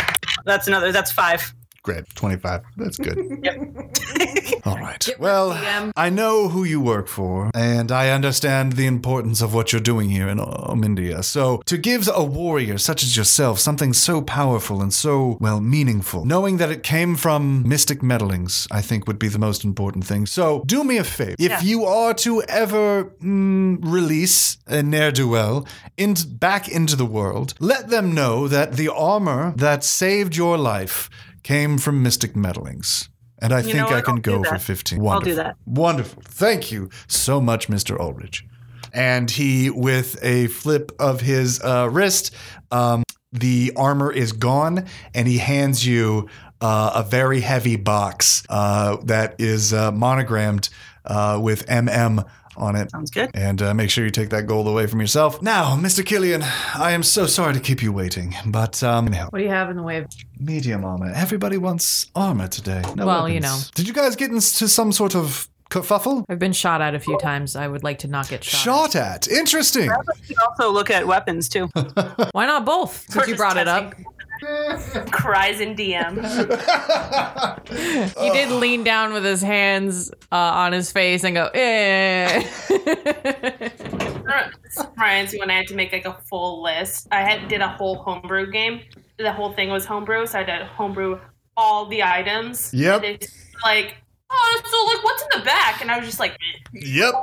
That's another. That's five.
great. 25. That's good. All right.
Get
Well,
ready, um,
I know who you work for, and I understand the importance of what you're doing here in um, India. So, to give a warrior such as yourself something so powerful and so, well, meaningful, knowing that it came from mystic meddlings, I think would be the most important thing. So, do me a favor. If you are to ever mm, release a ne'er do well in, back into the world, let them know that the armor that saved your life came from mystic meddlings. And I
You
think
know
I
what?
can
I'll do
go
that.
for 15.
I'll
Wonderful.
do that.
Wonderful. Thank you so much, Mr. Ulrich. And he, with a flip of his uh, wrist, um, the armor is gone, and he hands you uh, a very heavy box uh, that is uh, monogrammed uh, with MM on it.
Sounds good.
And uh, make sure you take that gold away from yourself. Now, Mr. Killian, I am so sorry to keep you waiting, but um, no.
What do you have in the way of
medium armor. Everybody wants armor today. No
Well, you
weapons.
know.
Did you guys get into some sort of kerfuffle?
I've been shot at a few times. I would like to not get shot.
Shot at. Interesting.
You can also look at weapons too.
at. Why not both? Since you
just
brought it up.
Cries in DM.
He did lean down with his hands uh, on his face and go, eh.
This reminds me when I had to make like a full list. I had did a whole homebrew game. The whole thing was homebrew, so I did homebrew all the items.
Yep.
And it's like oh, so look, what's in the back? And I was just like,
Yep.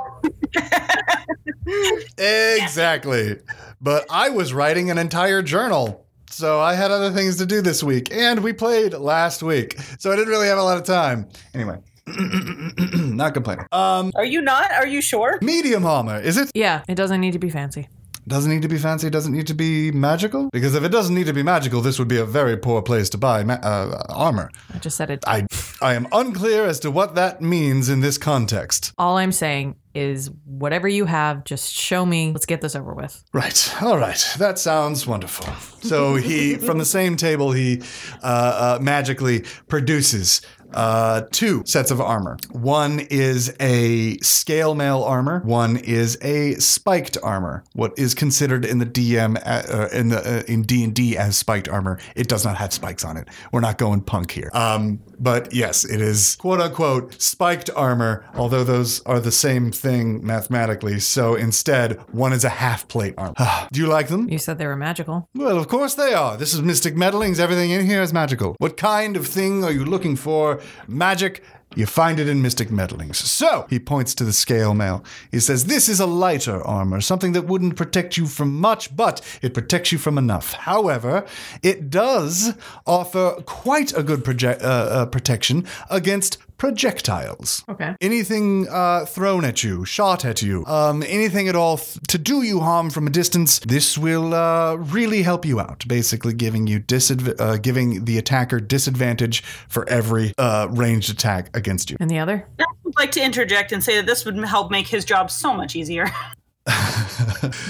exactly. But I was writing an entire journal. So I had other things to do this week. And we played last week. So I didn't really have a lot of time. Anyway, not complaining. Um,
Are you not? Are you sure?
medium armor, is it?
Yeah, it doesn't need to be fancy.
Doesn't need to be fancy. Doesn't need to be magical. Because if it doesn't need to be magical, this would be a very poor place to buy ma- uh, armor.
I just said it.
I, I am unclear as to what that means in this context.
All I'm saying is whatever you have, just show me. Let's get this over with.
Right. All right. That sounds wonderful. So he, from the same table, he uh, uh, magically produces uh, two sets of armor. One is a scale mail armor. One is a spiked armor. What is considered in the DM uh, in the uh, in D and D as spiked armor. It does not have spikes on it. We're not going punk here. Um, but yes, it is quote unquote spiked armor, although those are the same thing mathematically. So instead, one is a half plate armor. Do you like them?
You said they were magical.
Well, of course they are. This is Mystic Meddlings. Everything in here is magical. What kind of thing are you looking for? Magic. You find it in Mystic Meddlings. So, he points to the scale mail. He says, This is a lighter armor, something that wouldn't protect you from much, but it protects you from enough. However, it does offer quite a good proje- uh, uh, protection against projectiles.
Okay.
Anything uh, thrown at you, shot at you, um, anything at all f- to do you harm from a distance, this will uh, really help you out. Basically, giving you disadv- uh, giving the attacker disadvantage for every uh, ranged attack against you.
And the other?
I would like to interject and say that this would help make his job so much easier.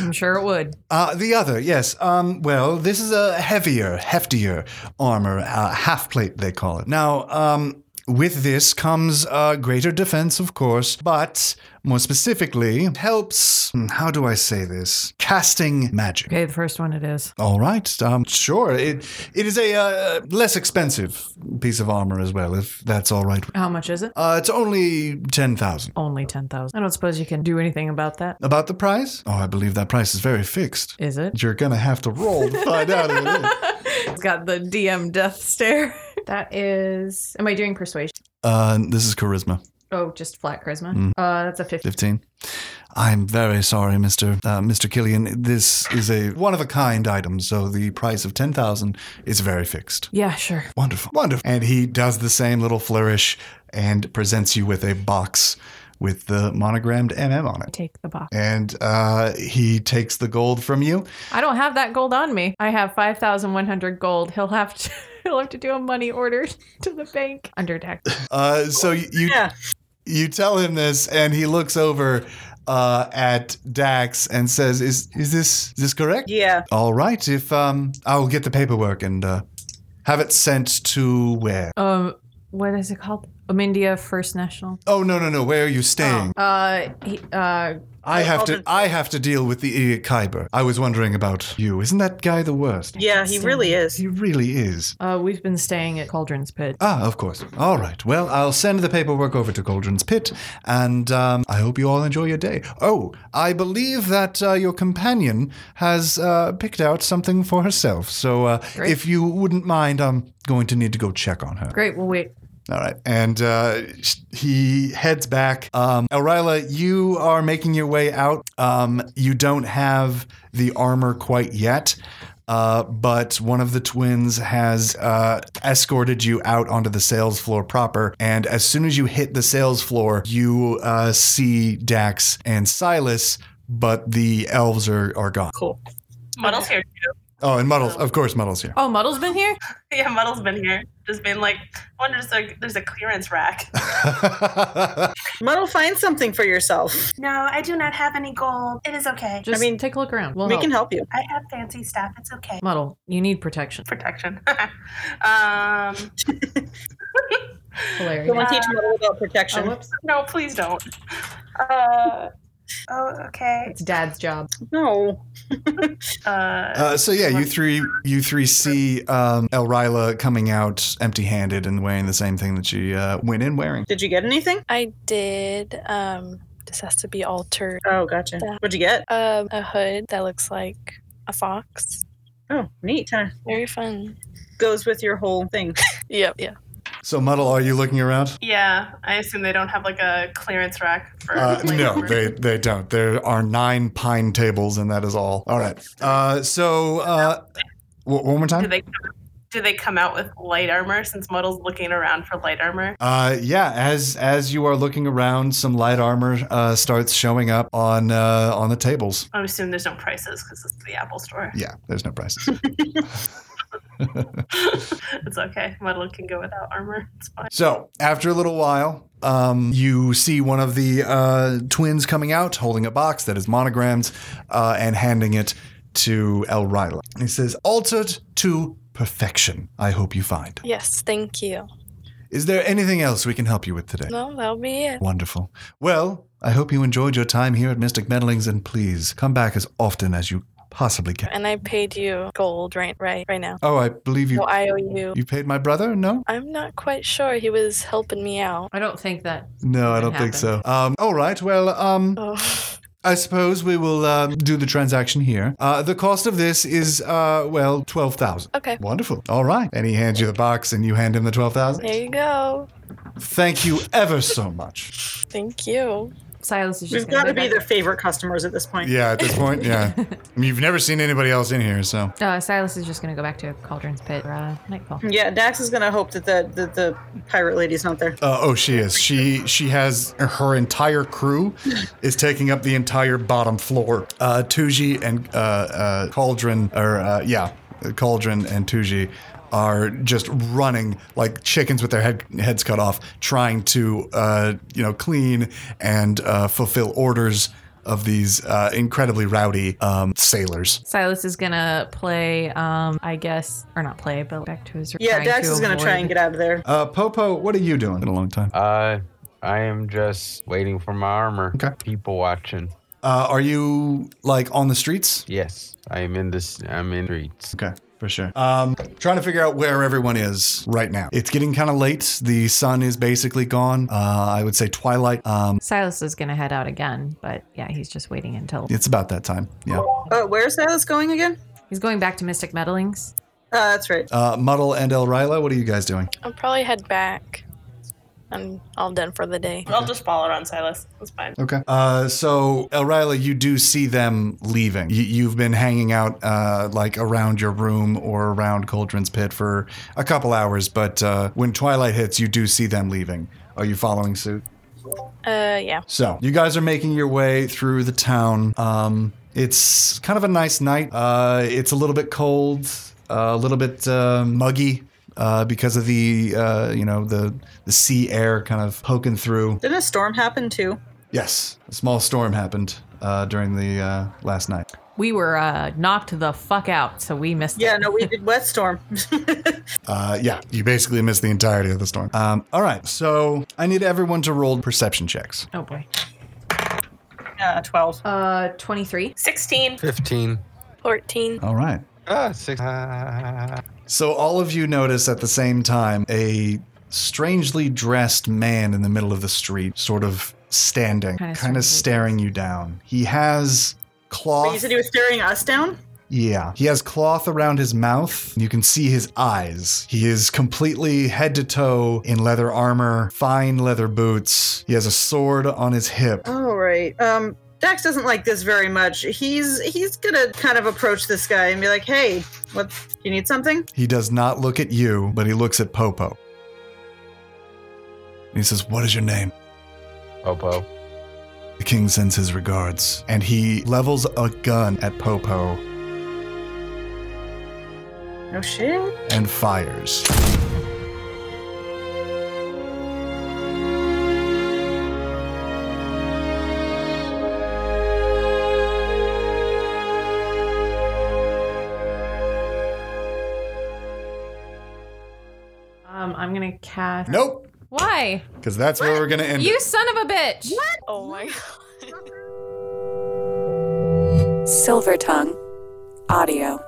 I'm sure it would.
Uh, the other, yes. Um, well, this is a heavier, heftier armor, uh, half plate, they call it. Now, um, with this comes uh, greater defense, of course, but more specifically, helps, hmm, how do I say this? Casting magic.
Okay, the first one it is.
All right, um, sure. It it is a uh, less expensive piece of armor as well, if that's all right.
How much is it?
Uh, it's only ten thousand.
Only 10,000. I don't suppose you can do anything about that.
About the price? Oh, I believe that price is very fixed.
Is it?
You're gonna have to roll to find out. If it is.
It's got the DM death stare. That is. Am I doing persuasion?
Uh, this is charisma.
Oh, just flat charisma.
Mm.
Uh, that's a 50.
Fifteen. I'm very sorry, Mister uh, Mister Killian. This is a one of a kind item, so the price of ten thousand is very fixed.
Yeah, sure.
Wonderful, wonderful. And he does the same little flourish and presents you with a box with the monogrammed MM on it.
Take the box.
And uh, he takes the gold from you.
I don't have that gold on me. I have 5,100 gold. He'll have to. He'll have to do a money order to the bank under tax.
Uh, so you you,
Yeah.
you tell him this, and he looks over uh, at Dax and says, "Is is this is this correct?"
Yeah.
All right. If um, I will get the paperwork and uh, have it sent to where?
Um, what is it called? Omindia First National.
Oh no no no! Where are you staying?
Uh, he, uh,
I have
called
to.
it-
I have to deal with the idiot Kyber. I was wondering about you. Isn't that guy the worst?
Yeah, he really is.
He really is.
uh, we've been staying at Cauldron's Pit.
Ah, of course. All right. Well, I'll send the paperwork over to Cauldron's Pit, and um, I hope you all enjoy your day. Oh, I believe that uh, your companion has uh, picked out something for herself. So, uh,
Great.
if you wouldn't mind, I'm going to need to go check on her.
Great. Well, wait.
All right. And uh, he heads back. Um, Elrila, you are making your way out. Um, you don't have the armor quite yet. Uh, but one of the twins has uh, escorted you out onto the sales floor proper. And as soon as you hit the sales floor, you uh, see Dax and Silas, but the elves are, are gone.
Cool.
Muddle's here too.
Oh, and Muddles. Of course, Muddles here.
Oh, Muddle's been here.
Yeah, Muddle's been here. Just been like, I wonder if there's a, there's a clearance rack.
Muddle, find something for yourself.
No, I do not have any gold. It is okay.
Just
mean,
take a look around. We'll
we
help.
can help you.
I have fancy stuff. It's okay.
Muddle, you need protection.
Protection. um,
Hilarious.
Someone teach Muddle about
Oh,
protection.
whoops.
no, please don't. Uh, oh, okay.
It's dad's job.
no.
Uh,
Uh, so yeah, you three, you three see um, Elrila coming out empty-handed and wearing the same thing that she uh, went in wearing.
Did you get anything?
I did. Um, this has to be altered.
Oh, gotcha.
Yeah.
What'd you get?
Um, a hood that looks like a fox.
Oh, neat. Huh.
Very fun.
Goes with your whole thing.
Yep. Yeah.
So, Muddle, are you looking around?
Yeah, I assume they don't have like a clearance rack for.
Uh,
like,
no,
for-
they, they don't. There are nine pine tables, and that is all. All right. Uh, so, uh, w- one more
Do
time?
they? Do they come out with light armor since Muddle's looking around for light armor?
Uh, yeah, as as you are looking around, some light armor uh, starts showing up on uh, on the tables.
I assume there's no prices because this is the Apple store.
Yeah, there's no prices.
it's okay. Muddle can go without armor. It's fine.
so after a little while, um, you see one of the uh, twins coming out, holding a box that is monogrammed, uh, and handing it to El Ryla. He says, "Altered to perfection. I hope you find.
Yes, thank you.
Is there anything else we can help you with today?"
No, that'll be it.
Wonderful. Well, I hope you enjoyed your time here at Mystic Meddlings, and please come back as often as you possibly can.
And I paid you gold right right right now.
Oh, I believe you.
Well, I owe you.
You paid my brother? No?
I'm not quite sure. He was helping me out.
I don't think that.
No, I don't think so. Um, all right. Well, um,
Oh,
I suppose we will um, do the transaction here. Uh, the cost of this is, uh, well, 12000
okay.
Wonderful. All right. And he hands you the box and you hand him the 12000
There you go.
Thank you ever so much.
Thank you.
Silas is just.
We've
gonna
got to
lay
be
back.
their favorite customers at this point.
Yeah, at this point, yeah. You've never seen anybody else in here, so.
Uh, Silas is just going to go back to Cauldron's Pit uh, Nightfall.
Yeah, Dax is gonna hope that the that the pirate lady's not there.
Uh, oh, she is. She she has her entire crew is taking up the entire bottom floor. Uh, Tuji and uh, uh, Cauldron, or uh, yeah, Cauldron and Tuji are just running like chickens with their head, heads cut off, trying to uh, you know clean and uh, fulfill orders of these uh, incredibly rowdy um, sailors.
Silas is gonna play, um, I guess, or not play, but back to his.
Yeah,
trying
Dax
to
is gonna try
avoid-
and get out of there.
Uh, Popo, what are you doing? Been a long time.
Uh, I am just waiting for my armor.
Okay.
People watching.
Uh, are you like on the streets?
Yes, I am in this. I'm in streets.
Okay, for sure. Um, trying to figure out where everyone is right now. It's getting kind of late. The sun is basically gone. Uh, I would say twilight. Um,
Silas is gonna head out again, but yeah, he's just waiting until
it's about that time. Yeah.
Uh, where's Silas going again?
he's going back to Mystic Meddlings.
Uh, that's right.
Uh, Muddle and El Ryla, what are you guys doing?
I'll probably head back. I'm all done for the day.
I'll just follow around Silas. It's fine.
Okay. Uh, so El Ryla, you do see them leaving. You, you've been hanging out uh, like around your room or around Cauldron's Pit for a couple hours, but uh, when twilight hits, you do see them leaving. Are you following suit?
Uh, yeah.
So you guys are making your way through the town. Um, it's kind of a nice night. Uh, it's a little bit cold, uh, a little bit uh, muggy uh, because of the uh, you know the the sea air kind of poking through.
Didn't a storm happen too?
Yes, a small storm happened uh, during the uh, last night.
We were uh, knocked the fuck out, so we missed.
Yeah,
it.
no, we did wet storm.
Uh, yeah, you basically missed the entirety of the storm. Um, all right, so I need everyone to roll perception checks.
Oh boy.
uh, Twelve.
Uh, twenty three.
16.
Fifteen.
14.
All right.
Ah, six. Ah.
So all of you notice at the same time a strangely dressed man in the middle of the street, sort of standing,
Kinda
kind of
strangely
staring you down. He has
But you
cloth.
said he was staring us down.
Yeah, he has cloth around his mouth. You can see his eyes. He is completely head to toe in leather armor, fine leather boots. He has a sword on his hip.
All right. Um, Dax doesn't like this very much. He's he's gonna kind of approach this guy and be like, "Hey, what? You need something?"
He does not look at you, but he looks at Popo. He says, "What is your name?"
Popo.
The king sends his regards, and he levels a gun at Popo
No shit.
and fires.
Um, I'm gonna cast.
Nope,
Why?
because that's where we're gonna end.
You
it.
son of a bitch! What?
Oh my god.
Silver Tongue Audio.